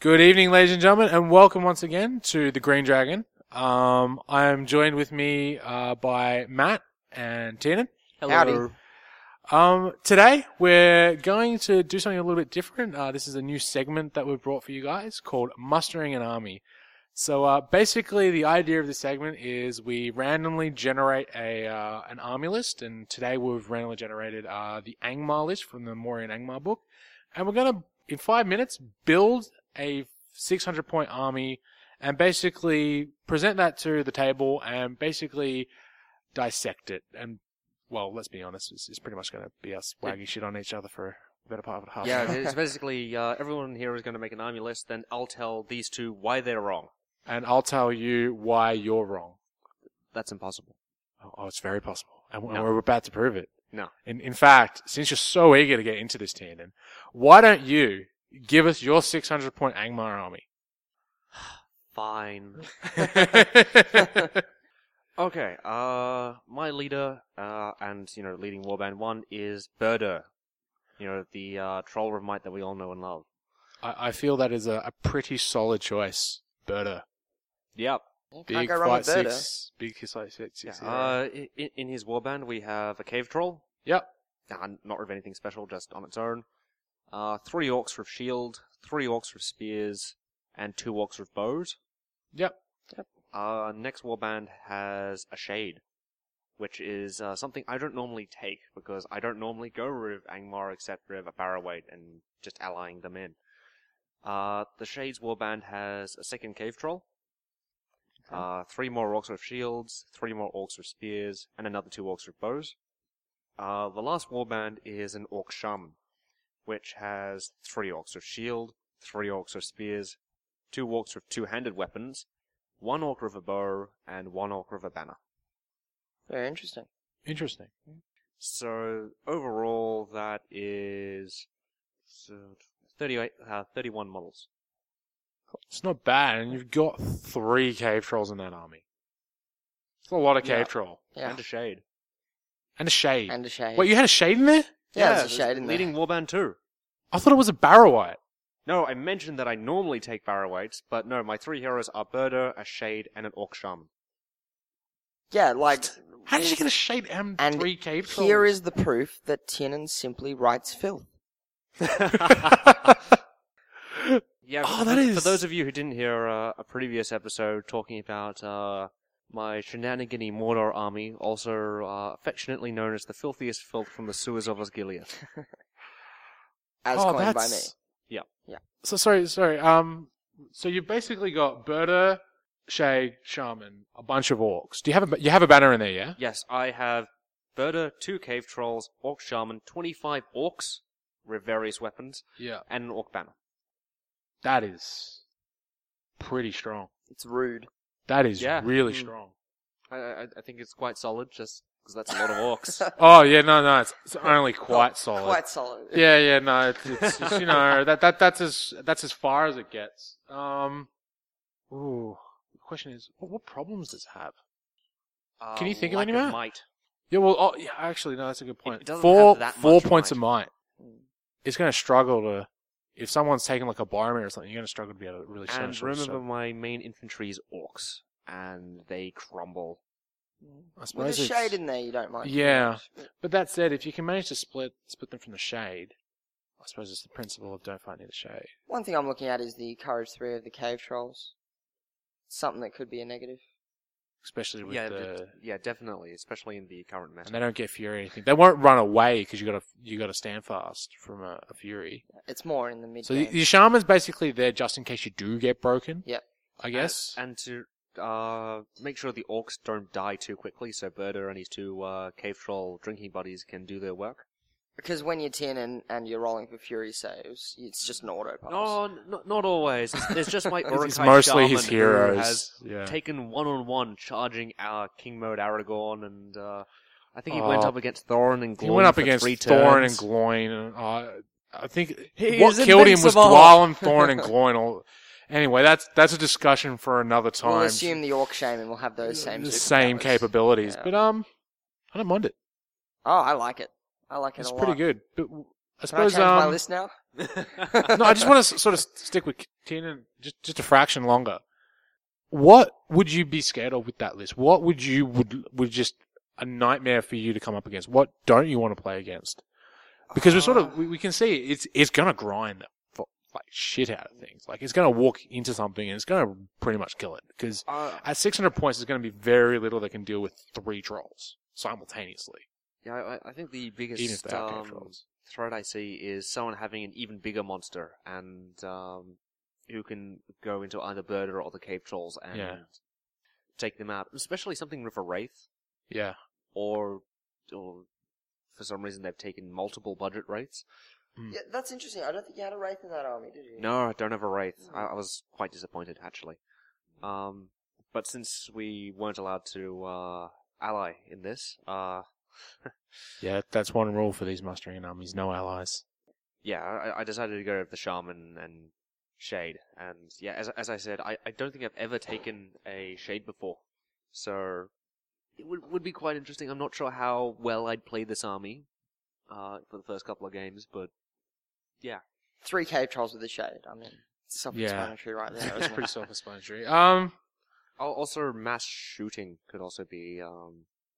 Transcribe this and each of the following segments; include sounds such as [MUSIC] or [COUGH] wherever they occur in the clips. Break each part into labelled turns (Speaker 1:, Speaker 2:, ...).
Speaker 1: Good evening, ladies and gentlemen, and welcome once again to the Green Dragon. Um, I am joined with me uh, by Matt and Tiernan.
Speaker 2: Hello.
Speaker 1: Oh. Um, today we're going to do something a little bit different. Uh, this is a new segment that we've brought for you guys called Mustering an Army. So uh, basically, the idea of this segment is we randomly generate a uh, an army list, and today we've randomly generated uh, the Angmar list from the Morian Angmar book, and we're gonna in five minutes build a 600 point army, and basically present that to the table, and basically dissect it and well, let's be honest, it's, it's pretty much going to be us wagging shit on each other for the better part of a half. [LAUGHS]
Speaker 2: Yeah,
Speaker 1: hour.
Speaker 2: it's basically uh, everyone here is going to make an army list, then I'll tell these two why they're wrong.
Speaker 1: and I'll tell you why you're wrong.
Speaker 2: That's impossible.
Speaker 1: Oh, oh, it's very possible, and, we- and
Speaker 2: No.
Speaker 1: we're about to prove it.
Speaker 2: No.
Speaker 1: In in fact, since you're so eager to get into this, Tandon, why don't you give us your 600 point Angmar army?
Speaker 2: [LAUGHS]
Speaker 1: [LAUGHS]
Speaker 2: Fine. Okay, uh, my leader, uh, and, you know, leading Warband 1 is Birdo. You know, the uh, troll of might that we all know and love.
Speaker 1: I, I feel that is a, a pretty solid choice, uh, Berta.
Speaker 2: Yep.
Speaker 1: Big
Speaker 3: Can't go wrong
Speaker 1: fight
Speaker 3: with Berta.
Speaker 1: six, big fight six.
Speaker 2: Yeah.
Speaker 1: six yeah.
Speaker 2: Uh, in, in his Warband, we have a cave troll.
Speaker 1: Yep.
Speaker 2: Nah, not of anything special, just on its own. Uh, three orcs with shield, three orcs with spears, and two orcs with bows.
Speaker 1: Yep.
Speaker 2: Uh, next warband has a shade, which is uh, something I don't normally take because I don't normally go with Angmar except with a Barawait and just allying them in. Uh, the Shades warband has a second cave troll, uh, three more orcs with shields, three more orcs with spears, and another two orcs with bows. Uh, the last warband is an orc shaman, which has three orcs with shield, three orcs with spears, two orcs with two-handed weapons, one orc with a bow and one orc with a banner.
Speaker 3: Very interesting.
Speaker 1: Interesting.
Speaker 2: So overall, that is so 38, uh, 31 models.
Speaker 1: It's not bad, and you've got three cave trolls in that army. It's a lot of cave
Speaker 2: Yeah.
Speaker 1: troll
Speaker 3: Yeah.
Speaker 2: And a shade.
Speaker 1: and a shade.
Speaker 3: And a shade.
Speaker 1: Wait, you had a shade in there?
Speaker 3: yeah, there's a shade in there.
Speaker 2: Leading warband too.
Speaker 1: I thought it was a barrow white.
Speaker 2: No, I mentioned that I normally take barrow weights, but no, my three heroes are Birdo, a shade, and an orc
Speaker 3: [LAUGHS]
Speaker 2: shaman. [LAUGHS]
Speaker 3: Yeah, like.
Speaker 1: How did you get a shade and,
Speaker 3: And
Speaker 1: three cave trolls? [LAUGHS]
Speaker 3: here is the proof that Tiernan simply writes filth.
Speaker 2: Yeah,
Speaker 1: Oh,
Speaker 2: for,
Speaker 1: that
Speaker 2: for-
Speaker 1: is-
Speaker 2: for those of you who didn't hear uh, a previous episode talking about uh, my shenanigany Mordor army, also uh, affectionately known as the filthiest filth from the sewers
Speaker 1: [LAUGHS]
Speaker 2: of Osgiliath.
Speaker 3: As
Speaker 1: Oh,
Speaker 3: coined by me.
Speaker 1: that's-
Speaker 2: Yeah.
Speaker 3: Yeah.
Speaker 1: So sorry, sorry. Um, so you've basically got Berta, Shade, Shaman, a bunch of orcs. Do you have a ba- you have a banner in there? Yeah.
Speaker 2: Yes, I have Berta, two cave trolls, orc shaman, 25 orcs with various weapons,
Speaker 1: Yeah.
Speaker 2: and an orc banner.
Speaker 1: That is pretty strong.
Speaker 3: It's rude.
Speaker 1: That is
Speaker 2: Yeah.
Speaker 1: really
Speaker 2: Mm.
Speaker 1: strong.
Speaker 2: I, I, I think it's quite solid just because that's a lot of
Speaker 3: [LAUGHS]
Speaker 2: orcs.
Speaker 1: Oh yeah, no, no, it's, it's only
Speaker 2: Oh,
Speaker 1: quite solid.
Speaker 3: Quite solid.
Speaker 1: Yeah, yeah, no, it's, it's, it's you know that that that's as that's as far as it gets. Um, ooh, the question is, what, what problems does it have?
Speaker 2: Uh,
Speaker 1: Can you think of
Speaker 2: lack
Speaker 1: any more?
Speaker 2: might.
Speaker 1: Yeah, well, oh, yeah, actually, no, that's a good point.
Speaker 2: doesn't
Speaker 1: four
Speaker 2: have that
Speaker 1: four
Speaker 2: much
Speaker 1: points
Speaker 2: might. Hmm.
Speaker 1: of might. It's going to struggle to if someone's taking like a barman or something, you're going to struggle to be able to really. stand
Speaker 2: And
Speaker 1: sort of
Speaker 2: remember,
Speaker 1: stuff.
Speaker 2: my main infantry is orcs, and they crumble.
Speaker 1: I
Speaker 3: With a
Speaker 1: suppose it's-
Speaker 3: shade in there, you don't mind. too
Speaker 1: Yeah.
Speaker 3: much.
Speaker 1: But that said, if you can manage to split split them from the shade, I suppose it's the principle of don't fight near the shade.
Speaker 3: One thing I'm looking at is the courage three of the cave trolls. Something that could be a negative.
Speaker 1: Especially with
Speaker 2: Yeah,
Speaker 1: the,
Speaker 2: d- yeah, definitely, especially in the current meta.
Speaker 1: and they don't get fury or anything. They won't run away because you got to you got to stand fast from a, a fury.
Speaker 3: It's more in the mid.
Speaker 1: So the, the shaman's basically there just in case you do get broken.
Speaker 3: Yep.
Speaker 1: I guess.
Speaker 2: And to uh, make sure the orcs don't die too quickly, so Berta and his two uh, cave troll drinking buddies can do their work.
Speaker 3: because when you're ten and, and you're rolling for fury saves, it's just an auto pass.
Speaker 1: Oh,
Speaker 2: No, n- not, not always. It's, it's just [LAUGHS] my
Speaker 1: It's-
Speaker 2: Uruk-hai
Speaker 1: it's mostly
Speaker 2: shaman
Speaker 1: his
Speaker 2: who
Speaker 1: heroes.
Speaker 2: has
Speaker 1: yeah.
Speaker 2: taken one on one, charging our King Mode Aragorn, and uh, I think he went
Speaker 1: Oh.
Speaker 2: up against Thorin and Gloin.
Speaker 1: he went up
Speaker 2: for
Speaker 1: against
Speaker 2: three
Speaker 1: Thorn and
Speaker 2: turns.
Speaker 1: Gloin. And, uh, I think
Speaker 2: He
Speaker 1: what
Speaker 2: is
Speaker 1: killed him was
Speaker 2: invincible.
Speaker 1: Dwal
Speaker 2: [LAUGHS]
Speaker 1: and Thorn and Gloin. All, anyway, that's that's a discussion for another time.
Speaker 3: We'll assume the orc shaman will have those same
Speaker 1: the same
Speaker 3: superpowers.
Speaker 1: capabilities,
Speaker 3: Yeah.
Speaker 1: but um, I don't mind it.
Speaker 3: Oh, I like it. I like it
Speaker 1: It's
Speaker 3: a lot.
Speaker 1: pretty good. But w- I
Speaker 3: Can I
Speaker 1: suppose
Speaker 3: change my
Speaker 1: um,
Speaker 3: list now?
Speaker 2: [LAUGHS]
Speaker 1: [LAUGHS] no, I just want to sort of s- stick with Tiernan just just a fraction longer. What would you be scared of with that list? What would you would would just a nightmare for you to come up against? What don't you want to play against? Because we're sort of we, we can see it's it's gonna grind the fu- like shit out of things. Like it's gonna walk into something and it's gonna pretty much kill it. Because
Speaker 2: Uh,
Speaker 1: at 600 points, there's gonna be very little that can deal with three trolls simultaneously.
Speaker 2: yeah, I, I think the biggest
Speaker 1: Even if they are
Speaker 2: um,
Speaker 1: controls.
Speaker 2: threat I see is someone having an even bigger monster and um, who can go into either Birder or the Cave Trolls and
Speaker 1: Yeah.
Speaker 2: take them out. Especially something with a Wraith
Speaker 1: Yeah.
Speaker 2: or, or for some reason they've taken multiple budget rates.
Speaker 3: Yeah, that's interesting. I don't think you had a wraith in that army, did you?
Speaker 2: No, I don't have a Wraith. I, I was quite disappointed actually. Um, but since we weren't allowed to uh, ally in this, uh,
Speaker 1: Yeah, that's one rule for these mustering armies: no allies.
Speaker 2: yeah, I, I decided to go with the shaman and shade. And yeah, as as I said, I, I don't think I've ever taken a shade before, so it would would be quite interesting. I'm not sure how well I'd play this army uh, for the first couple of games, but
Speaker 3: Three cave trolls with a shade. I mean, self-explanatory
Speaker 2: [LAUGHS]
Speaker 3: right there.
Speaker 1: That was
Speaker 3: isn't it? [LAUGHS]
Speaker 1: pretty self-explanatory. Um,
Speaker 2: al- also mass shooting could also be um,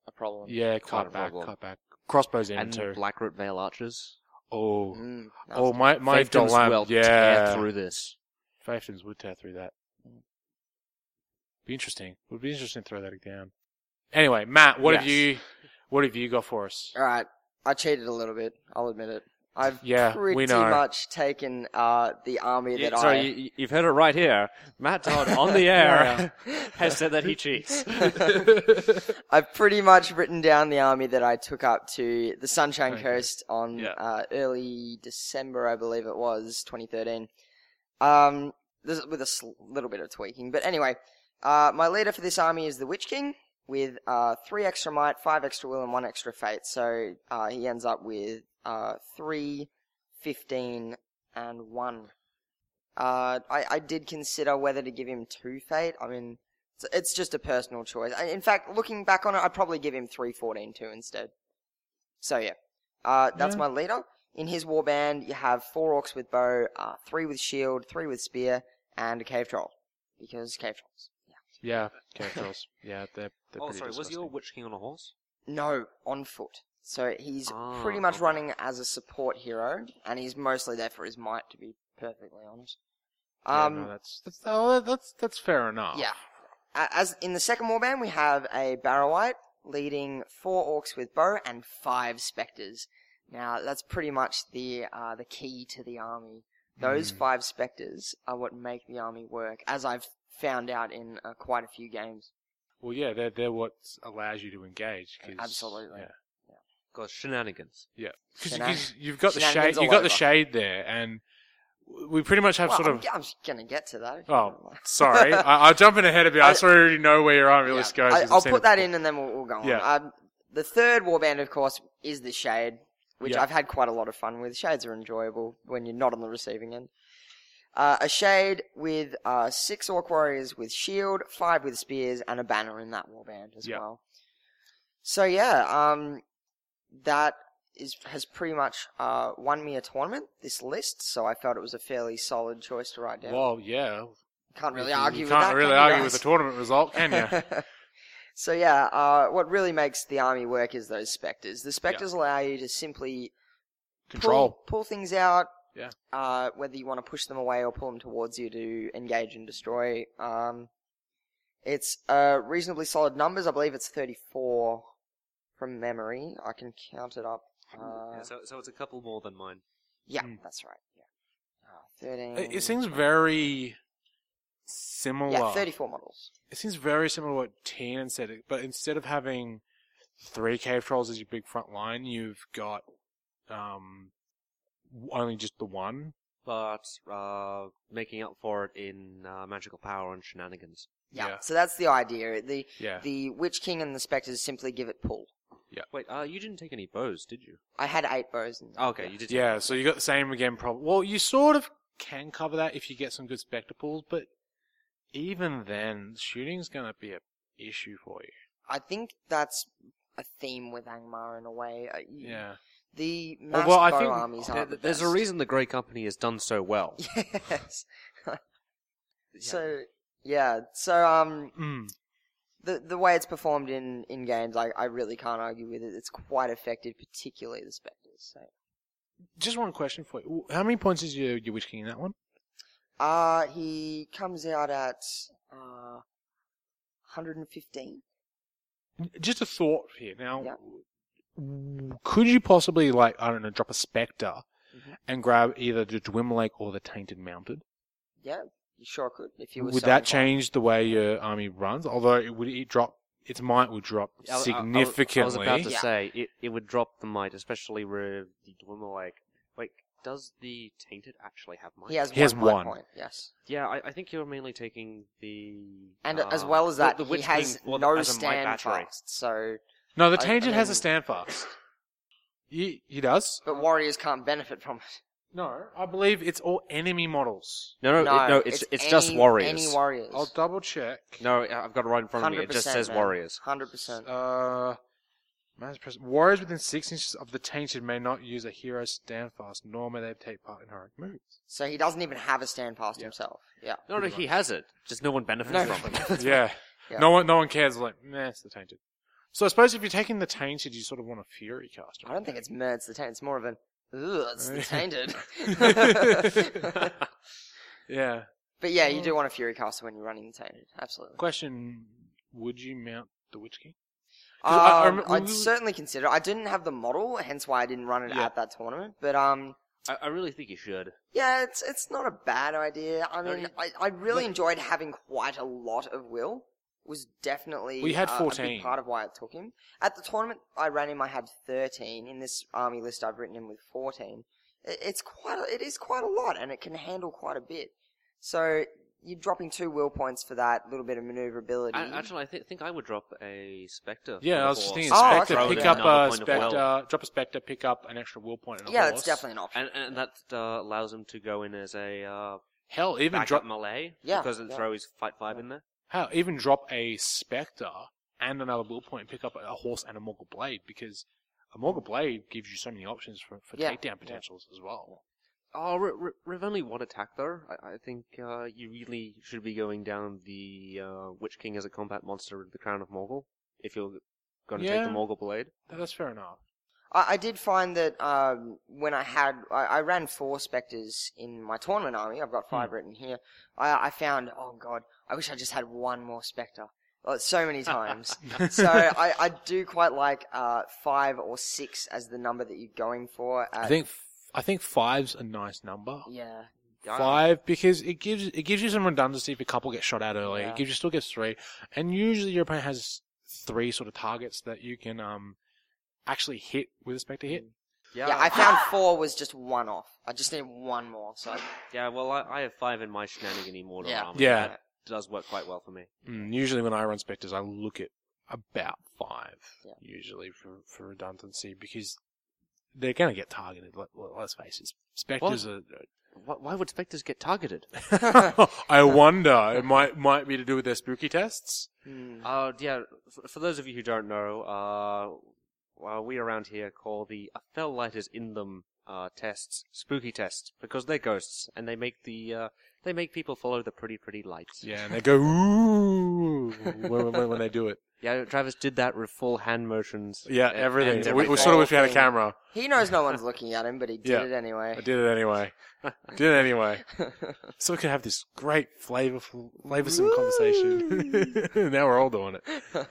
Speaker 3: a problem.
Speaker 1: yeah,
Speaker 2: Quite
Speaker 1: cut
Speaker 2: a
Speaker 1: back,
Speaker 2: problem.
Speaker 1: cut back. Crossbows in
Speaker 2: and
Speaker 1: too.
Speaker 2: black root veil archers.
Speaker 1: Oh,
Speaker 3: Mm, that
Speaker 1: oh
Speaker 3: was-
Speaker 1: my my
Speaker 2: Fiefdoms
Speaker 1: Dolan-
Speaker 2: will
Speaker 1: yeah.
Speaker 2: tear through this.
Speaker 1: Fiefdoms would tear through that. Be interesting. Would be interesting to throw that down. Anyway, Matt, what have
Speaker 2: Yes.
Speaker 1: you? What have you got for us?
Speaker 3: All right, I cheated a little bit. I'll admit it. I've
Speaker 1: Yeah, we
Speaker 3: pretty
Speaker 1: know.
Speaker 3: much taken uh, the army that I.
Speaker 4: Sorry, you, you've heard it right here. Matt Todd on
Speaker 1: [LAUGHS]
Speaker 4: the air has said that he
Speaker 2: [LAUGHS]
Speaker 4: cheats.
Speaker 3: [LAUGHS] I've pretty much written down the army that I took up to the Sunshine
Speaker 1: Okay.
Speaker 3: Coast on
Speaker 4: Yeah.
Speaker 3: uh, early December, I believe it was, 2013. Um, this, with a sl- little bit of tweaking, but anyway, uh, my leader for this army is the Witch King with uh, three extra might, five extra will, and one extra fate. So uh, he ends up with uh, three, fifteen, and one. Uh, I, I did consider whether to give him two fate. I mean, it's, it's just a personal choice. I, in fact, looking back on it, I'd probably give him three fourteen two instead. So yeah, uh, that's
Speaker 1: Yeah.
Speaker 3: my leader. In his warband, you have four orcs with bow, uh, three with shield, three with spear, and a cave troll because cave trolls.
Speaker 1: yeah, characters. Yeah, they're. they're
Speaker 2: Oh,
Speaker 1: pretty
Speaker 2: sorry, was
Speaker 1: disgusting.
Speaker 2: your witch king on a horse?
Speaker 3: No, on foot. So he's
Speaker 2: Ah,
Speaker 3: pretty much
Speaker 2: okay.
Speaker 3: running as a support hero, and he's mostly there for his might, to be perfectly honest. Um,
Speaker 1: yeah, no, that's that's oh, that's that's fair enough.
Speaker 3: Yeah. a- as in the second warband, we have a Barrowite leading four orcs with bow and five specters. Now that's pretty much the uh, the key to the army. Those
Speaker 1: Mm.
Speaker 3: five specters are what make the army work, as I've found out in uh, quite a few games.
Speaker 1: Well, yeah, they're they're what allows you to engage. 'cause-
Speaker 3: Absolutely.
Speaker 1: yeah.
Speaker 2: Because shenanigans.
Speaker 1: because
Speaker 3: Shena-
Speaker 1: because you've got the shade,
Speaker 3: shenanigans
Speaker 1: you've
Speaker 3: all
Speaker 1: got the
Speaker 3: over.
Speaker 1: shade there, and we pretty much have
Speaker 3: Well,
Speaker 1: sort
Speaker 3: I'm,
Speaker 1: of.
Speaker 3: I'm just gonna get to that. if you don't
Speaker 1: Oh,
Speaker 3: mind.
Speaker 1: [LAUGHS] sorry, I, I'm jumping ahead of you. I,
Speaker 3: I-
Speaker 1: sort of already know where your army
Speaker 3: Yeah,
Speaker 1: list goes.
Speaker 3: I,
Speaker 1: 'cause I've
Speaker 3: I'll
Speaker 1: seen
Speaker 3: put
Speaker 1: it
Speaker 3: that
Speaker 1: before.
Speaker 3: in and then we'll, we'll go on.
Speaker 1: Yeah.
Speaker 3: Um, the third warband, of course, is the Shade, which
Speaker 1: Yeah.
Speaker 3: I've had quite a lot of fun with. Shades are enjoyable when you're not on the receiving end. Uh, a Shade with uh, six Orc Warriors with shield, five with spears, and a banner in that warband as
Speaker 1: Yeah.
Speaker 3: well. So yeah, um, that is has pretty much uh, won me a tournament. This list, so I felt it was a fairly solid choice to write down.
Speaker 1: Well, yeah,
Speaker 3: can't really
Speaker 1: you
Speaker 3: argue. with
Speaker 1: can't
Speaker 3: that,
Speaker 1: really
Speaker 3: can you
Speaker 1: argue
Speaker 3: guys?
Speaker 1: with a tournament result, can
Speaker 3: [LAUGHS]
Speaker 1: you?
Speaker 3: so yeah, uh, what really makes the army work is those specters. The specters allow you to simply
Speaker 1: Control.
Speaker 3: pull, pull things out.
Speaker 1: Yeah.
Speaker 3: Uh, whether you want to push them away or pull them towards you to engage and destroy. Um, it's uh, reasonably solid numbers. I believe it's 34 from memory. I can count it up. Uh,
Speaker 2: Yeah, so, so it's a couple more than mine.
Speaker 3: yeah,
Speaker 1: Mm.
Speaker 3: that's right. Yeah. Uh, 13.
Speaker 1: It, it seems very similar.
Speaker 3: Yeah, 34 models.
Speaker 1: It seems very similar to what Tiernan said, but instead of having three cave trolls as your big front line, you've got um, only just the one.
Speaker 2: but uh, making up for it in uh, magical power and shenanigans.
Speaker 3: Yeah.
Speaker 1: Yeah.
Speaker 3: So that's the idea. The
Speaker 1: Yeah.
Speaker 3: the Witch King and the Spectres simply give it pull.
Speaker 2: Wait, uh, you didn't take any bows, did you?
Speaker 3: I had eight bows. In
Speaker 2: Oh, okay, you did.
Speaker 1: Yeah, so you got the same again problem. Well, you sort of can cover that if you get some good spectacles, but even then, shooting's going to be a issue for you.
Speaker 3: I think that's a theme with Angmar in a way. Uh, you-
Speaker 1: Yeah.
Speaker 3: The
Speaker 2: Well,
Speaker 3: masked
Speaker 2: well, I
Speaker 3: bow
Speaker 2: think
Speaker 3: armies
Speaker 2: th-
Speaker 3: aren't the
Speaker 2: there's a
Speaker 3: best.
Speaker 2: reason the Grey Company has done so well.
Speaker 3: [LAUGHS] Yes. so yeah, so um,
Speaker 1: Mm.
Speaker 3: the the way it's performed in in games, I I really can't argue with it. It's quite effective, particularly the specters. So.
Speaker 1: Just one question for you. How many points is your, your Witch King in that one?
Speaker 3: Uh, he comes out at uh, 115.
Speaker 1: Just a thought here. Now,
Speaker 3: Yeah.
Speaker 1: w- could you possibly, like, I don't know, drop a Spectre
Speaker 3: Mhm.
Speaker 1: and grab either the Dwimlake or the Tainted Mounted?
Speaker 3: Yeah, you sure could if you were.
Speaker 1: Would
Speaker 3: selling
Speaker 1: that
Speaker 3: fire.
Speaker 1: change the way your army runs? Although it would it drop, its might would drop
Speaker 2: I- I- I-
Speaker 1: significantly.
Speaker 2: I, was about to
Speaker 3: Yeah.
Speaker 2: say it, it would drop the might, especially with the Dwimmer. Like, wait, does the Tainted actually have might?
Speaker 3: He has
Speaker 1: He has
Speaker 3: one,
Speaker 1: one.
Speaker 3: might point. Yes,
Speaker 2: Yeah, I, I think you're mainly taking the
Speaker 3: and
Speaker 2: uh,
Speaker 3: as well as that,
Speaker 2: the, the
Speaker 3: he
Speaker 2: Witch
Speaker 3: has
Speaker 2: King for the-
Speaker 3: no
Speaker 2: as a might
Speaker 3: stand
Speaker 2: battery.
Speaker 3: fast. So,
Speaker 1: no, the
Speaker 3: I- I
Speaker 1: Tainted has
Speaker 3: mean-
Speaker 1: a stand fast. He, he does.
Speaker 3: but warriors can't benefit from it.
Speaker 1: No, I believe it's all enemy models.
Speaker 2: No, no,
Speaker 3: No,
Speaker 2: it, no it's it's,
Speaker 3: any,
Speaker 2: just warriors.
Speaker 3: Any warriors.
Speaker 2: Oh,
Speaker 1: I'll double check.
Speaker 2: no, I- I've got it right in front of me. It just says warriors.
Speaker 3: Hundred percent.
Speaker 1: Uh, man's present. Warriors within six inches of the tainted may not use a hero's stand fast, nor may they take part in heroic moves.
Speaker 3: So he doesn't even have a stand past
Speaker 1: Yeah.
Speaker 3: himself. Yeah.
Speaker 2: No, no, he has it. Just no one benefits
Speaker 3: No.
Speaker 2: from it. [LAUGHS]
Speaker 1: yeah.
Speaker 3: Yeah.
Speaker 1: No one, no one cares. Like, nah, it's the tainted. So I suppose if you're taking the tainted, you sort of want a fury caster.
Speaker 3: I don't think it's meh, it's the taint. It's more of an ugh,
Speaker 2: [LAUGHS]
Speaker 3: it's the tainted.
Speaker 1: Yeah.
Speaker 3: but yeah,
Speaker 2: Oh.
Speaker 3: you do want a fury caster when you're running the tainted. Absolutely.
Speaker 1: Question: Would you mount the witch king? 'Cause I- I
Speaker 3: Um,
Speaker 1: remem-
Speaker 3: I'd
Speaker 1: we-
Speaker 3: certainly consider. it. I didn't have the model, hence why I didn't run it
Speaker 1: Yeah.
Speaker 3: at that tournament. But um,
Speaker 2: I, I really think you should.
Speaker 3: yeah, it's it's not a bad idea. I
Speaker 2: No,
Speaker 3: mean,
Speaker 2: you-
Speaker 3: I, I really enjoyed having quite a lot of will. It was definitely
Speaker 1: We had
Speaker 3: uh, a big
Speaker 1: 14.
Speaker 3: part of why it took him at the tournament. I ran him. I had thirteen in this army list. I've written him with fourteen. It, it's quite. A, it is quite a lot, and it can handle quite a bit. So you're dropping two will points for that little bit of maneuverability.
Speaker 2: I, actually, I thi- think I would drop a specter.
Speaker 1: Yeah,
Speaker 2: for
Speaker 1: I
Speaker 2: the
Speaker 1: was just
Speaker 2: horse.
Speaker 1: thinking
Speaker 3: Oh, okay.
Speaker 1: specter.
Speaker 3: Throw
Speaker 1: Pick
Speaker 3: down
Speaker 1: up a
Speaker 2: another point of will.
Speaker 1: specter. Drop a specter. Pick up an extra will point. And a
Speaker 3: yeah,
Speaker 1: horse.
Speaker 3: that's definitely an option.
Speaker 2: and, and that uh, allows him to go in as a uh,
Speaker 1: Hell, even
Speaker 2: backup
Speaker 1: drop
Speaker 2: melee.
Speaker 3: Yeah,
Speaker 2: because it
Speaker 3: yeah.
Speaker 2: throws fight five in there.
Speaker 1: Hell, even drop a Spectre and another Will Point, pick up a horse and a Morgul Blade, because a Morgul Blade gives you so many options for, for
Speaker 3: Yeah.
Speaker 1: takedown potentials as well.
Speaker 2: Oh, re- re- with only one attack though. I, I think uh, you really should be going down the uh, Witch King as a combat monster with the Crown of Morgul if you're going to
Speaker 1: Yeah.
Speaker 2: take the Morgul Blade.
Speaker 1: That- That's fair [LAUGHS] enough.
Speaker 3: I, I did find that um, when I had, I, I ran four specters in my tournament army. I've got
Speaker 1: Hmm.
Speaker 3: five written here. I, I found, oh god, I wish I just had one more specter. Uh, so
Speaker 1: [LAUGHS]
Speaker 3: many times. so I, I do quite like uh, five or six as the number that you're going for. At,
Speaker 1: I think f- I think five's a nice number.
Speaker 3: Yeah.
Speaker 1: Five because it gives it gives you some redundancy if a couple get shot at early.
Speaker 3: Yeah.
Speaker 1: It gives you still gets three, and usually your opponent has three sort of targets that you can um actually hit with a Spectre hit.
Speaker 3: Yeah,
Speaker 1: [LAUGHS]
Speaker 3: I found four was just one off. I just need one more. So
Speaker 2: Yeah, well, I, I have five in my shenanigan immortal
Speaker 3: Yeah.
Speaker 2: armor.
Speaker 1: Yeah.
Speaker 2: That does work quite well for me.
Speaker 1: Mm, usually, when I run specters, I look at about five,
Speaker 3: Yeah.
Speaker 1: usually for, for redundancy, because they're going to get targeted. Let, let- let's face it, specters
Speaker 2: Why, why would specters get targeted?
Speaker 1: are. [LAUGHS] I wonder. It might might be to do with their spooky tests.
Speaker 3: hmm.
Speaker 2: [LAUGHS] Uh, yeah, for, for those of you who don't know, uh, well, we around here call the "A fell light is in them uh, tests spooky tests because they're ghosts and they make the uh, they make people follow the pretty pretty lights.
Speaker 1: Yeah, and they go ooh when, when, when they do it.
Speaker 2: Yeah, Travis did that with full hand motions.
Speaker 1: Yeah,
Speaker 2: and-
Speaker 1: everything.
Speaker 2: and
Speaker 1: we, we sort of wish we had a camera.
Speaker 3: he knows no one's looking at him, but he did
Speaker 1: Yeah.
Speaker 3: it anyway.
Speaker 1: I did it anyway. [LAUGHS] did it anyway. So we could have this great flavorful, flavorsome conversation. [LAUGHS] now we're all doing it.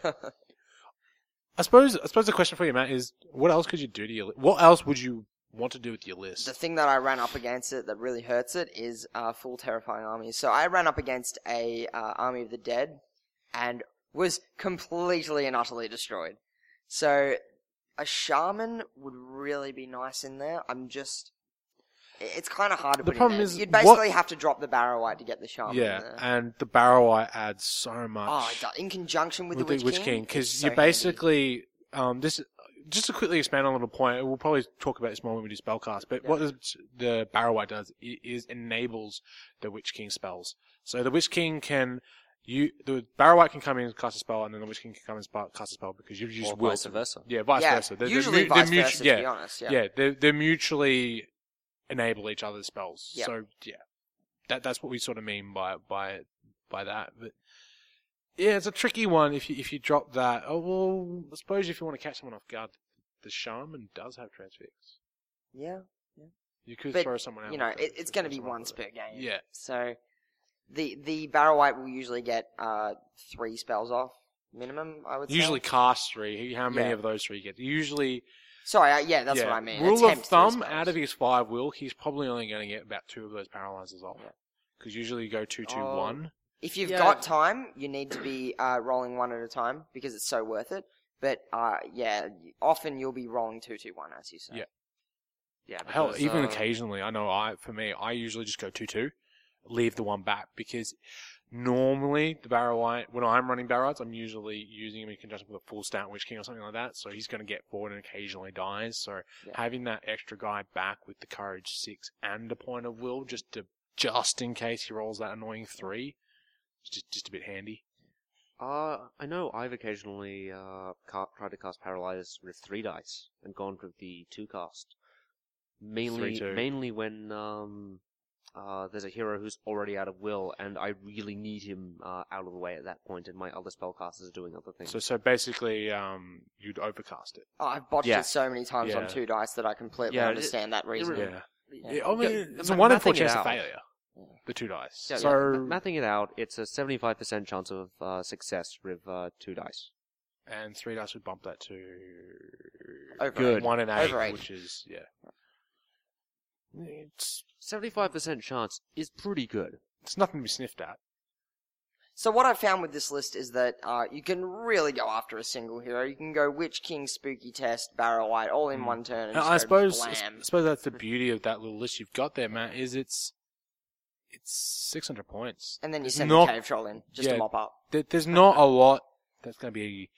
Speaker 3: [LAUGHS]
Speaker 1: I suppose I suppose the question for you, Matt, is what else could you do to your li- what else would you want to do with your
Speaker 3: the
Speaker 1: list?
Speaker 3: thing that I ran up against it that really hurts it is uh, full terrifying armies. So I ran up against a uh, army of the dead and was completely and utterly destroyed. So a shaman would really be nice in there. I'm just, i- it's kind of hard to
Speaker 1: The
Speaker 3: put in
Speaker 1: problem
Speaker 3: there.
Speaker 1: is
Speaker 3: you'd
Speaker 1: what-
Speaker 3: basically have to drop the barrow white to get the shaman.
Speaker 1: yeah,
Speaker 3: in there.
Speaker 1: and the barrow eye adds so much
Speaker 3: oh, it does- in conjunction with,
Speaker 1: with
Speaker 3: the Witch, King,
Speaker 1: because
Speaker 3: it's so
Speaker 1: you
Speaker 3: handy.
Speaker 1: basically um this just to quickly expand on a little point. We'll probably talk about this more when we do spellcast. But
Speaker 3: Yeah.
Speaker 1: what the- the barrow eye does i- is enables the witch king spells. So the witch king can You the Barrow White can come in and cast a spell, and then the Witch King can come and spa- cast a spell because you've used
Speaker 4: or
Speaker 1: will.
Speaker 4: vice
Speaker 1: to-
Speaker 4: versa.
Speaker 1: Yeah, vice
Speaker 3: yeah,
Speaker 1: versa. They're- they're
Speaker 3: usually
Speaker 1: mu- they're
Speaker 3: vice
Speaker 1: mutu-
Speaker 3: versa.
Speaker 1: yeah,
Speaker 3: To be honest, yeah.
Speaker 1: yeah, they're, they're mutually enable each other's spells.
Speaker 3: Yep.
Speaker 1: So yeah, that that's what we sort of mean by by by that. But yeah, it's a tricky one if you if you drop that. Oh well, I suppose if you want to catch someone off guard, the shaman does have transfix.
Speaker 3: Yeah,
Speaker 1: You could
Speaker 3: But,
Speaker 1: throw someone out.
Speaker 3: you know,
Speaker 1: with
Speaker 3: it,
Speaker 1: it,
Speaker 3: it's
Speaker 1: throw
Speaker 3: going to be
Speaker 1: someone out
Speaker 3: once
Speaker 1: with it.
Speaker 3: per game.
Speaker 1: Yeah.
Speaker 3: So the the Barrow White will usually get uh, three spells off minimum. I would say.
Speaker 1: Usually cast three. How many
Speaker 3: Yeah.
Speaker 1: of those three get? Usually,
Speaker 3: Sorry, uh, yeah, that's
Speaker 1: yeah.
Speaker 3: what I mean.
Speaker 1: Rule
Speaker 3: Attempt
Speaker 1: of
Speaker 3: three
Speaker 1: thumb:
Speaker 3: spells.
Speaker 1: out of his five will, he's probably only going to get about two of those paralyzers off.
Speaker 3: Yeah.
Speaker 1: Because usually you go two, two, one.
Speaker 3: Oh. If you've
Speaker 2: Yeah.
Speaker 3: got time, you need to be uh, rolling one at a time because it's so worth it. But uh, yeah, often you'll be rolling two, two, one, as you say.
Speaker 1: Yeah.
Speaker 2: Yeah,
Speaker 1: Hell,
Speaker 2: because,
Speaker 1: even
Speaker 2: uh,
Speaker 1: occasionally, I know. I for me, I usually just go two two, leave the one back because normally the barrow white when I'm running barrows, I'm usually using him in conjunction with a full stat witch king or something like that. So he's going to get bored and occasionally dies. So
Speaker 3: Yeah.
Speaker 1: having that extra guy back with the courage six and a point of will just to just in case he rolls that annoying three, it's just just a bit handy.
Speaker 2: Uh, I know I've occasionally uh ca- tried to cast paralyze with three dice and gone with the two cast, mainly
Speaker 1: Three, two.
Speaker 2: mainly when um uh there's a hero who's already out of will and I really need him uh, out of the way at that point and my other spellcasters are doing other things.
Speaker 1: So so basically, um, you'd overcast it.
Speaker 3: Oh, I've botched
Speaker 2: Yeah.
Speaker 3: it so many times on
Speaker 1: Yeah.
Speaker 3: two dice that I completely
Speaker 2: Yeah, it-
Speaker 3: understand that reason.
Speaker 2: really-
Speaker 1: Yeah,
Speaker 3: Yeah.
Speaker 1: yeah. I mean,
Speaker 2: Yeah,
Speaker 1: it's
Speaker 2: ma-
Speaker 1: a one in four
Speaker 2: mathing it
Speaker 1: chance of
Speaker 2: out.
Speaker 1: failure. The two dice.
Speaker 2: Yeah, yeah,
Speaker 1: so
Speaker 2: ma- mathing it out, it's a 75% chance of uh, success with uh, two dice.
Speaker 1: and three dice would bump that to
Speaker 3: Over
Speaker 2: Good.
Speaker 3: eight.
Speaker 1: one and eight,
Speaker 3: Over eight.
Speaker 1: which is yeah. It's
Speaker 2: 75% chance is pretty good.
Speaker 1: it's nothing to be sniffed at.
Speaker 3: So what I found with this list is that uh, you can really go after a single hero. You can go Witch King, Spooky Test, Barrow White, all in
Speaker 1: Mm.
Speaker 3: one turn. And
Speaker 1: And
Speaker 3: just
Speaker 1: I
Speaker 3: go
Speaker 1: suppose I
Speaker 3: blam.
Speaker 1: suppose that's the beauty of that little list you've got there, Matt. Is it's it's six hundred points.
Speaker 3: and then you
Speaker 1: it's
Speaker 3: send
Speaker 1: not-
Speaker 3: the Cave Troll in just to
Speaker 1: yeah.
Speaker 3: mop up.
Speaker 1: There, there's not a lot that's going to be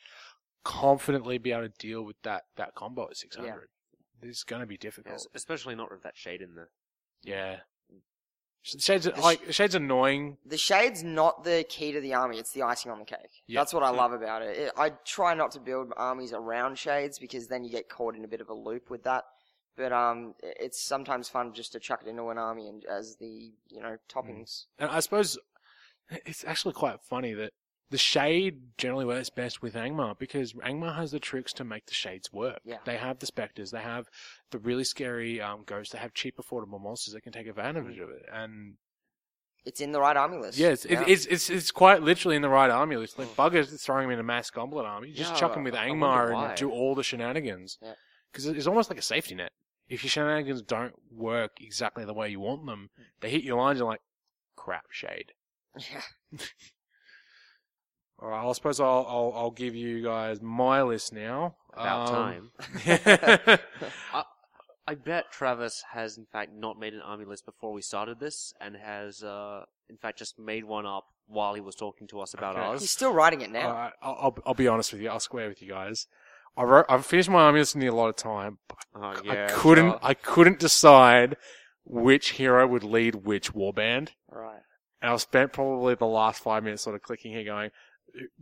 Speaker 1: confidently be able to deal with that that combo at six hundred. It's going to be difficult.
Speaker 2: Es- Especially not with that shade in there.
Speaker 1: Yeah. Sh- Shades
Speaker 3: sh-
Speaker 1: like shades annoying.
Speaker 3: The shade's not the key to the army; it's the icing on the cake.
Speaker 1: Yeah.
Speaker 3: That's what I love about it. it. I try not to build armies around shades because then you get caught in a bit of a loop with that. But um, i- it's sometimes fun just to chuck it into an army and as the you know
Speaker 1: Hmm.
Speaker 3: toppings.
Speaker 1: And I suppose it's actually quite funny that the shade generally works best with Angmar because Angmar has the tricks to make the shades work.
Speaker 3: Yeah.
Speaker 1: They have the specters, they have the really scary um, ghosts, they have cheap, affordable monsters that can take advantage of it. And
Speaker 3: It's in the right army list.
Speaker 1: yes, it,
Speaker 3: [LAUGHS]
Speaker 1: It's, it's it's quite literally in the right army list. Like buggers is throwing him in a mass goblet army. Just
Speaker 2: Yeah,
Speaker 1: chuck him with
Speaker 2: I- I
Speaker 1: Angmar
Speaker 2: wonder
Speaker 1: and
Speaker 2: why.
Speaker 1: do all the shenanigans.
Speaker 3: Yeah.
Speaker 1: Because it's almost like a safety net. If your shenanigans don't work exactly the way you want them, they hit your lines and you're like, crap, shade.
Speaker 3: yeah.
Speaker 1: All right, I suppose I'll, I'll I'll give you guys my list now. Um, [LAUGHS]
Speaker 2: About
Speaker 3: [LAUGHS]
Speaker 2: time.
Speaker 1: time.
Speaker 2: I bet Travis has in fact not made an army list before we started this, and has uh, in fact just made one up while he was talking to us about
Speaker 1: Okay.
Speaker 3: He's
Speaker 2: ours.
Speaker 3: still writing it now.
Speaker 1: All right, I'll, I'll I'll be honest with you. I'll square with you guys. I wrote, I've finished my army list in a lot of time. But
Speaker 2: Oh,
Speaker 1: I couldn't I couldn't decide which hero would lead which warband,
Speaker 3: right.
Speaker 1: and I've spent probably the last five minutes sort of clicking here, going,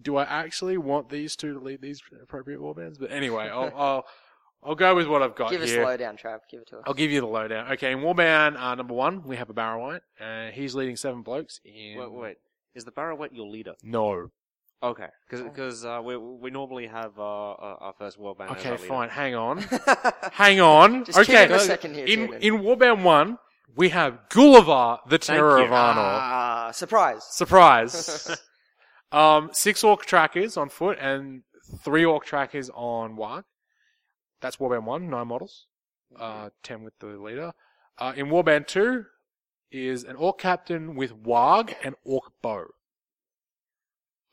Speaker 1: "Do I actually want these two to lead these appropriate warbands?" But
Speaker 3: [LAUGHS]
Speaker 1: anyway, I'll I'll, I'll go with what I've got
Speaker 3: Give us
Speaker 1: here.
Speaker 3: slow down, Trav. Give it to us.
Speaker 1: I'll give you the lowdown. Okay, in Warbound uh, number one, we have a Barrow White. Uh, he's leading seven blokes in.
Speaker 2: Wait, wait. Is the Barrow Wet your leader?
Speaker 1: No.
Speaker 2: Okay, because uh, we we normally have uh, uh, our first world band. as our
Speaker 1: Okay,
Speaker 2: leader.
Speaker 1: fine. Hang
Speaker 3: [LAUGHS]
Speaker 1: on. Hang on.
Speaker 3: Just give
Speaker 1: okay.
Speaker 3: him a second here,
Speaker 1: in
Speaker 3: Tiernan.
Speaker 1: in Warbound one, we have Gullivar, the Terror
Speaker 2: you.
Speaker 1: of Arnor.
Speaker 3: ah, surprise.
Speaker 1: Surprise. um, six orc trackers on foot and three orc trackers on Warg. That's Warband one. Nine models. Uh, ten with the leader. Uh, in Warband two is an orc captain with Warg and orc bow.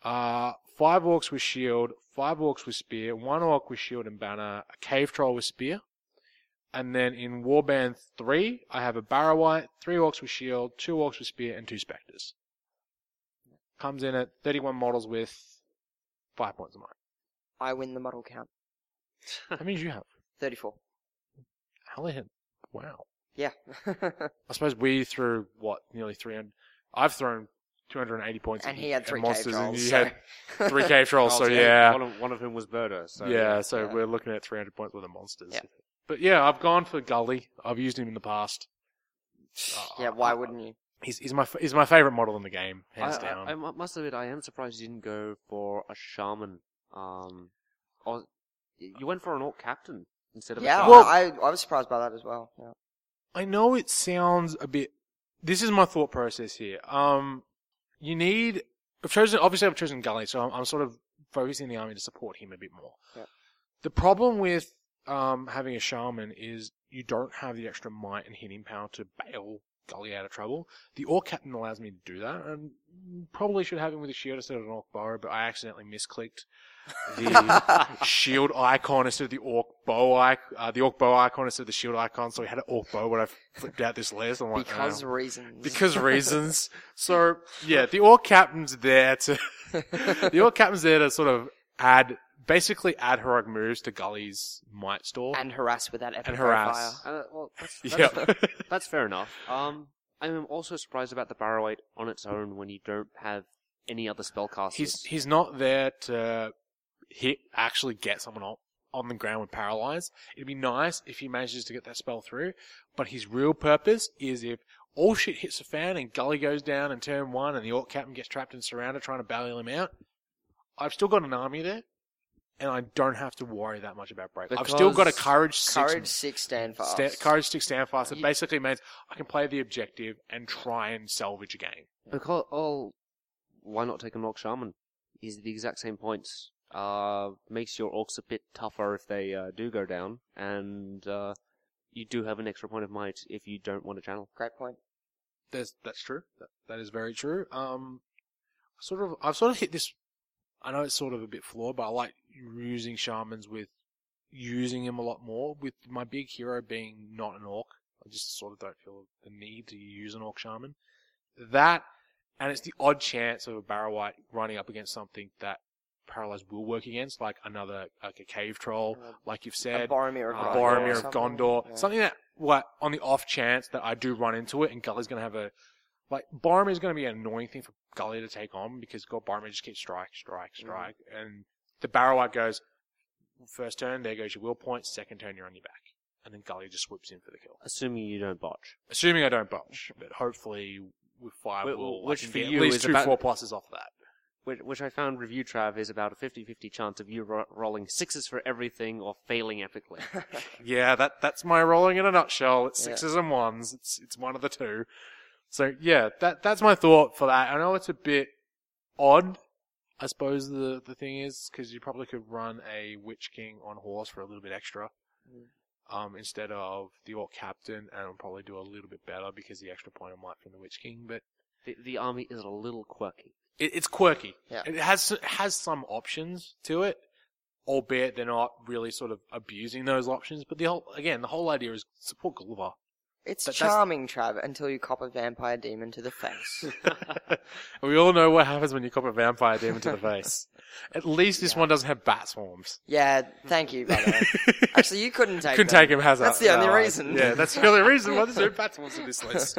Speaker 1: Uh, five orcs with shield, five orcs with spear, one orc with shield and banner, a cave troll with spear. And then in Warband 3, I have a Barrow White, three orcs with shield, two orcs with spear, and two spectres. Comes in at 31 models with five points of mind.
Speaker 3: I win the model count.
Speaker 1: How many do you have?
Speaker 3: Thirty-four.
Speaker 1: Hallihan. Wow.
Speaker 3: Yeah. [LAUGHS]
Speaker 1: I suppose we threw, what, nearly 300? I've thrown 280 points.
Speaker 3: and he had three cave
Speaker 1: monsters, and
Speaker 3: trolls.
Speaker 1: you
Speaker 3: so-
Speaker 1: had
Speaker 3: [LAUGHS]
Speaker 1: three cave trolls. so
Speaker 2: Well,
Speaker 1: yeah,
Speaker 2: Oh, One of, one of whom was Birdo, so
Speaker 1: yeah. So
Speaker 3: yeah.
Speaker 1: we're looking at 300 points worth of monsters.
Speaker 3: Yeah.
Speaker 1: But yeah, I've gone for Gully. I've used him in the past.
Speaker 3: yeah,
Speaker 1: Ah,
Speaker 3: why wouldn't you?
Speaker 1: He's, he's my f- he's my favorite model in the game,
Speaker 2: I,
Speaker 1: hands down.
Speaker 2: I, I mu- must admit, I am surprised you didn't go for a shaman. Um, or y- you went for an orc captain instead of a
Speaker 3: Yeah,
Speaker 2: shaman.
Speaker 1: Well-
Speaker 3: I, I was surprised by that as well. Yeah.
Speaker 1: I know it sounds a bit. This is my thought process here. Um, you need. I've chosen. Obviously, I've chosen Gully, so I'm, I'm sort of focusing the army to support him a bit more.
Speaker 3: Yep.
Speaker 1: The problem with um, having a shaman is you don't have the extra might and hitting power to bail Gully out of trouble. The orc captain allows me to do that, and probably should have him with a shield instead of an orc bow, but I accidentally misclicked the shield icon instead of the orc bow icon, uh, the orc bow icon instead of the shield icon. So we had an orc bow when I flipped out this list. I'm like,
Speaker 3: because
Speaker 1: oh.
Speaker 3: reasons.
Speaker 1: because reasons. So yeah, the orc captain's there to [LAUGHS] the orc captain's there to sort of add basically add heroic moves to Gully's might store
Speaker 3: [LAUGHS] and harass with that epic
Speaker 1: and harass.
Speaker 3: profile.
Speaker 2: [LAUGHS] Uh, well, that's, that's,
Speaker 1: [LAUGHS]
Speaker 3: [LAUGHS]
Speaker 1: Yeah,
Speaker 2: that's fair enough. Um, I'm also surprised about the barrow eight on its own when you don't have any other spellcasters.
Speaker 1: he's he's not there to hit actually get someone on on the ground with paralyze. It'd be nice if he manages to get that spell through, but his real purpose is if all shit hits the fan and Gully goes down in turn one and the orc captain gets trapped and surrounded trying to bail him out. I've still got an army there, and I don't have to worry that much about break. I've still got a
Speaker 2: Because
Speaker 1: courage six
Speaker 3: Courage six stand fast.
Speaker 1: sta- courage six stand fast. It
Speaker 2: Ye-
Speaker 1: basically means I can play the objective and try and salvage a game.
Speaker 2: Because, oh, why not take an orc shaman? He's the exact same points. Uh, makes your orcs a bit tougher if they uh, do go down, and uh, you do have an extra point of might if you don't want to channel.
Speaker 3: Great point.
Speaker 1: There's, that's true. That, that is very true. Um, sort of, I've sort of hit this. I know it's sort of a bit flawed, but I like using shamans with using him a lot more. With my big hero being not an orc, I just sort of don't feel the need to use an orc shaman. That, and it's the odd chance of a barrow white running up against something that paralyze will work against, like another like a cave troll,
Speaker 3: Mm.
Speaker 1: like you've
Speaker 3: A
Speaker 1: said,
Speaker 3: Boromir of
Speaker 1: uh,
Speaker 2: Gondor
Speaker 1: Boromir
Speaker 2: or
Speaker 1: of Gondor,
Speaker 3: Yeah.
Speaker 1: something that what on the off chance that I do run into it, and Gully's going to have a like Boromir is going to be an annoying thing for Gully to take on because God Boromir just keeps strike, strike,
Speaker 2: Mm.
Speaker 1: strike, and the Barrowite goes first turn, there goes your will point, second turn you're on your back, and then Gully just swoops in for the kill.
Speaker 2: Assuming you don't botch.
Speaker 1: Assuming I don't botch, but hopefully with five
Speaker 2: Wh-
Speaker 1: will, I
Speaker 2: which
Speaker 1: can
Speaker 2: for
Speaker 1: get
Speaker 2: you
Speaker 1: at least
Speaker 2: is
Speaker 1: two
Speaker 2: about-
Speaker 1: four pluses off that.
Speaker 2: Which, which I found review Trav is about a 50 50 chance of you ro- rolling sixes for everything or failing epically. [LAUGHS]
Speaker 1: Yeah, that that's my rolling in a nutshell. It's
Speaker 3: Yeah.
Speaker 1: sixes and ones. It's it's one of the two. So yeah, that that's my thought for that. I know it's a bit odd. I suppose the the thing is because you probably could run a witch king on horse for a little bit extra,
Speaker 3: Mm.
Speaker 1: um, instead of the orc captain, and it'll probably do a little bit better because the extra point of might from the witch king. But
Speaker 2: the, the army is a little quirky.
Speaker 1: it, it's quirky.
Speaker 3: Yeah.
Speaker 1: It has it has some options to it, albeit they're not really sort of abusing those options. But the whole again, the whole idea is support
Speaker 3: [LAUGHS]
Speaker 1: Gulliver.
Speaker 3: [LAUGHS]
Speaker 1: [LAUGHS]
Speaker 3: It's
Speaker 1: But that's-
Speaker 3: charming, Trav, until you cop a vampire demon to the face.
Speaker 1: we all know what happens when you cop a vampire demon to the face. At least this
Speaker 3: Yeah.
Speaker 1: one doesn't have bat swarms.
Speaker 3: yeah, thank
Speaker 1: [LAUGHS]
Speaker 3: you. By the way. Actually, you couldn't take.
Speaker 1: Couldn't
Speaker 3: them.
Speaker 1: take him, has
Speaker 3: That's
Speaker 1: it?
Speaker 3: the only
Speaker 1: No,
Speaker 3: reason.
Speaker 1: Yeah, that's the only reason why there's
Speaker 3: [LAUGHS]
Speaker 1: no bat swarms in this list.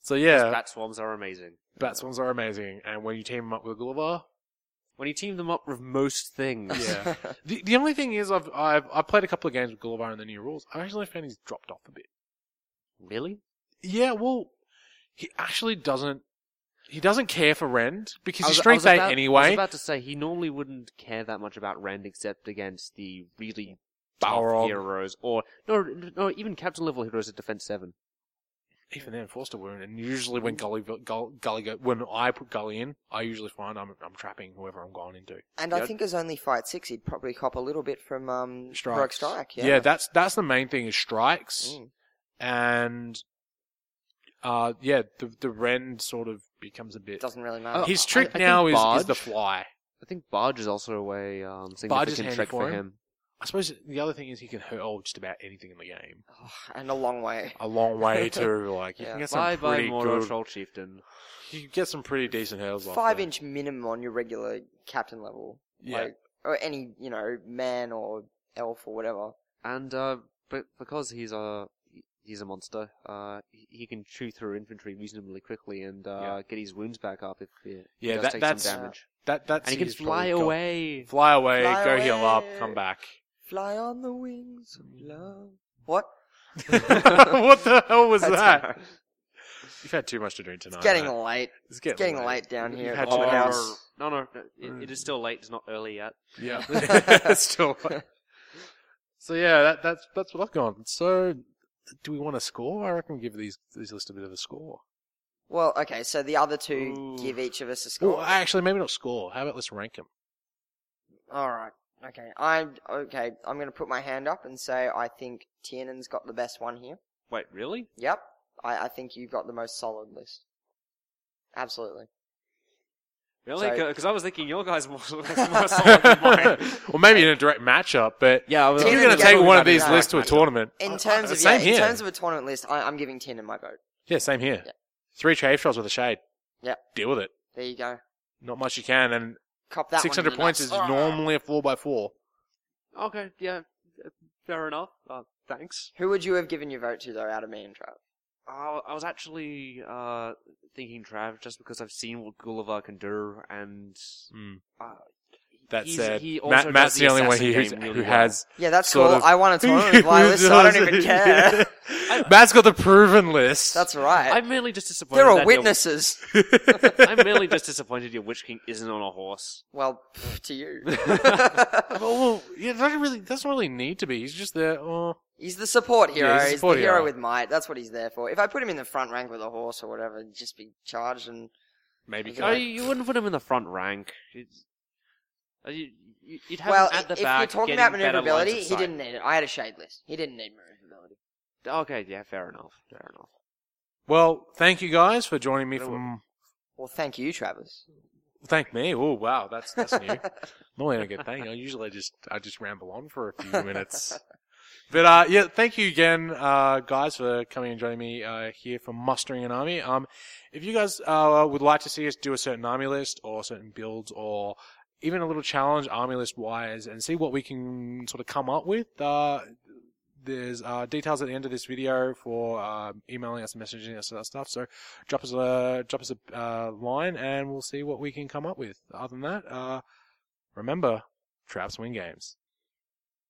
Speaker 1: So yeah, bat-,
Speaker 2: Bat swarms are amazing.
Speaker 1: swarms are amazing, and when you team them up with Gulliver,
Speaker 2: When you team them up with most things.
Speaker 1: yeah. the the only thing is, I've I've I played a couple of games with Gulliver in the new rules. I actually found he's dropped off a bit.
Speaker 2: Really?
Speaker 1: Yeah, well, he actually doesn't. He doesn't care for Rend because
Speaker 2: I
Speaker 1: he's
Speaker 2: was- I
Speaker 1: strength
Speaker 2: was
Speaker 1: eight
Speaker 2: about- I was
Speaker 1: anyway.
Speaker 2: about to say he normally wouldn't care that much about Rand except against the really
Speaker 1: Balrog.
Speaker 2: tough heroes, or no, no, even captain level heroes at defense seven.
Speaker 1: Even then, Forster wound, and usually when Gully, Gull- Gully, go, when I put Gully in, I usually find I'm I'm trapping whoever I'm going into.
Speaker 3: [LAUGHS] And I
Speaker 2: Yeah.
Speaker 3: think as only fight six, he'd probably cop a little bit from um Rogue Strike. Yeah.
Speaker 1: that's that's the main thing is strikes,
Speaker 3: Mm.
Speaker 1: and uh, yeah, the the Ren sort of becomes a bit.
Speaker 3: doesn't really
Speaker 2: Oh,
Speaker 3: matter.
Speaker 1: his
Speaker 2: I-
Speaker 1: trick
Speaker 2: I think
Speaker 1: now is, is the
Speaker 2: Barge-
Speaker 1: fly.
Speaker 2: I think Barge is also a um,
Speaker 1: Barge is
Speaker 2: significant
Speaker 1: handy
Speaker 2: trick
Speaker 1: for
Speaker 2: for
Speaker 1: him.
Speaker 2: him.
Speaker 1: I suppose the other thing is he can hurl just about anything in the game.
Speaker 3: Oh, and a long way.
Speaker 1: A long
Speaker 3: [LAUGHS]
Speaker 1: way to like you
Speaker 3: Yeah.
Speaker 1: can get some
Speaker 2: Bye bye,
Speaker 1: pretty
Speaker 2: Moro
Speaker 1: good.
Speaker 2: Troll Chieftain.
Speaker 1: You can get some pretty decent hurdles. off
Speaker 3: Five
Speaker 1: there.
Speaker 3: inch minimum on your regular captain level.
Speaker 1: Yeah.
Speaker 3: Like, or any you know man or elf or whatever.
Speaker 2: And uh, but because he's a he's a monster. Uh, he he can chew through infantry reasonably quickly and uh, get his wounds back up if he he
Speaker 1: Yeah,
Speaker 2: does
Speaker 1: that-
Speaker 2: take
Speaker 1: that's-
Speaker 2: some damage.
Speaker 1: That that's
Speaker 2: And he can
Speaker 1: he's
Speaker 2: fly
Speaker 1: probably got- [LAUGHS]
Speaker 2: away.
Speaker 1: Fly away,
Speaker 3: Fly
Speaker 1: go heal up,
Speaker 3: away.
Speaker 1: come
Speaker 3: [LAUGHS]
Speaker 1: back. [LAUGHS]
Speaker 3: Fly on the wings of love. What?
Speaker 1: what the hell was
Speaker 3: That's
Speaker 1: that? You've had too much to drink tonight.
Speaker 3: It's getting
Speaker 1: man.
Speaker 3: late.
Speaker 1: It's
Speaker 3: It's getting late down
Speaker 1: You've
Speaker 3: here
Speaker 1: had
Speaker 3: at the
Speaker 1: too
Speaker 3: Wood
Speaker 1: much.
Speaker 3: House.
Speaker 2: No, no, no, it, it
Speaker 1: Mm.
Speaker 2: is still late. It's not early yet.
Speaker 3: [LAUGHS]
Speaker 1: Yeah. [LAUGHS] It's Still. So yeah, that, that's that's what I've gone. So, do we want a score? I reckon we give these these list a bit of a score.
Speaker 3: Well, okay, so the other two
Speaker 1: Ooh.
Speaker 3: give each of us a score.
Speaker 1: Well, actually, maybe not score. How about let's rank them?
Speaker 3: All right. Okay. I'm okay. I'm gonna put my hand up and say I think Tiernan's got the best one here.
Speaker 2: Wait, really?
Speaker 3: Yep. I, I think you've got the most solid list. Absolutely.
Speaker 2: Really?
Speaker 3: So-
Speaker 2: Because I was thinking your guys more, [LAUGHS] more solid than mine.
Speaker 1: well, maybe in a direct matchup, but
Speaker 2: Yeah, I was.
Speaker 1: if
Speaker 3: Tiernan
Speaker 1: you're going to
Speaker 3: gets
Speaker 1: take
Speaker 3: what
Speaker 1: one
Speaker 3: we
Speaker 1: of
Speaker 3: got in
Speaker 1: these
Speaker 3: that
Speaker 1: lists to a
Speaker 2: matchup.
Speaker 1: tournament,
Speaker 3: In
Speaker 1: I- I-
Speaker 3: terms of yeah,
Speaker 1: Oh, same
Speaker 3: in
Speaker 1: here.
Speaker 3: terms of a tournament list, I, I'm giving Tiernan my vote.
Speaker 1: yeah, same here.
Speaker 3: Yeah.
Speaker 1: Three shave shots with a shade.
Speaker 3: Yeah.
Speaker 1: deal with it.
Speaker 3: There you go.
Speaker 1: Not much you can, and
Speaker 3: Cop that. one in
Speaker 1: six hundred
Speaker 3: the
Speaker 1: points
Speaker 3: nuts.
Speaker 1: is
Speaker 3: Ah.
Speaker 1: normally a four by four.
Speaker 2: Okay, yeah, fair enough. Uh, thanks.
Speaker 3: Who would you have given your vote to though, out of me and Trav?
Speaker 2: I I was actually uh, thinking Trav just because I've seen what Gulliver can do, and
Speaker 1: Hmm, That
Speaker 2: he's-
Speaker 1: said,
Speaker 2: he also
Speaker 1: Matt,
Speaker 2: does
Speaker 1: Matt's the, only one
Speaker 2: assassin
Speaker 1: here who's,
Speaker 2: game really
Speaker 1: who
Speaker 2: well.
Speaker 1: has.
Speaker 3: Yeah, that's
Speaker 1: Sort
Speaker 3: cool.
Speaker 1: of.
Speaker 3: I
Speaker 1: [LAUGHS]
Speaker 3: won a tournament with my list, so I don't even care.
Speaker 1: Matt's got the proven list. [LAUGHS]
Speaker 3: That's right.
Speaker 2: I'm merely just disappointed.
Speaker 3: there are
Speaker 2: that your-
Speaker 3: witnesses.
Speaker 2: I'm merely just disappointed your Witch King isn't on a horse.
Speaker 3: Well, pff, to you.
Speaker 1: [LAUGHS] well, well, yeah, doesn't really doesn't really need to be. He's just there. Oh,
Speaker 3: he's the support hero.
Speaker 1: Yeah,
Speaker 3: he's,
Speaker 1: he's the support
Speaker 3: the hero,
Speaker 1: hero.
Speaker 3: with might. That's what he's there for. If I put him in the front rank with a horse or whatever, he'd just be charged and
Speaker 1: maybe.
Speaker 3: Yeah.
Speaker 2: Oh, you, you wouldn't put him in the front rank. It's- uh, you, you- you'd have
Speaker 3: well,
Speaker 2: him at the
Speaker 3: if
Speaker 2: back.
Speaker 3: you're talking
Speaker 2: getting
Speaker 3: about
Speaker 2: better lines of
Speaker 3: maneuverability, he
Speaker 2: sight.
Speaker 3: didn't need it. I had a shade list. He didn't need maneuverability.
Speaker 2: Okay, yeah, fair enough. Fair enough.
Speaker 1: Well, thank you guys for joining me. From
Speaker 3: Well, thank you, Travis.
Speaker 1: thank me. Oh wow, that's that's
Speaker 3: [LAUGHS]
Speaker 1: new. Normally I don't get thanked. I usually just I just ramble on for a few minutes. But uh, yeah, thank you again, uh, guys, for coming and joining me uh, here for mustering an army. Um, if you guys uh, would like to see us do a certain army list or certain builds or even a little challenge army list wise and see what we can sort of come up with, uh, there's uh, details at the end of this video for uh, emailing us and messaging us and that stuff. So drop us a drop us a uh, line and we'll see what we can come up with. Other than that, uh, remember, Trap Swing Games.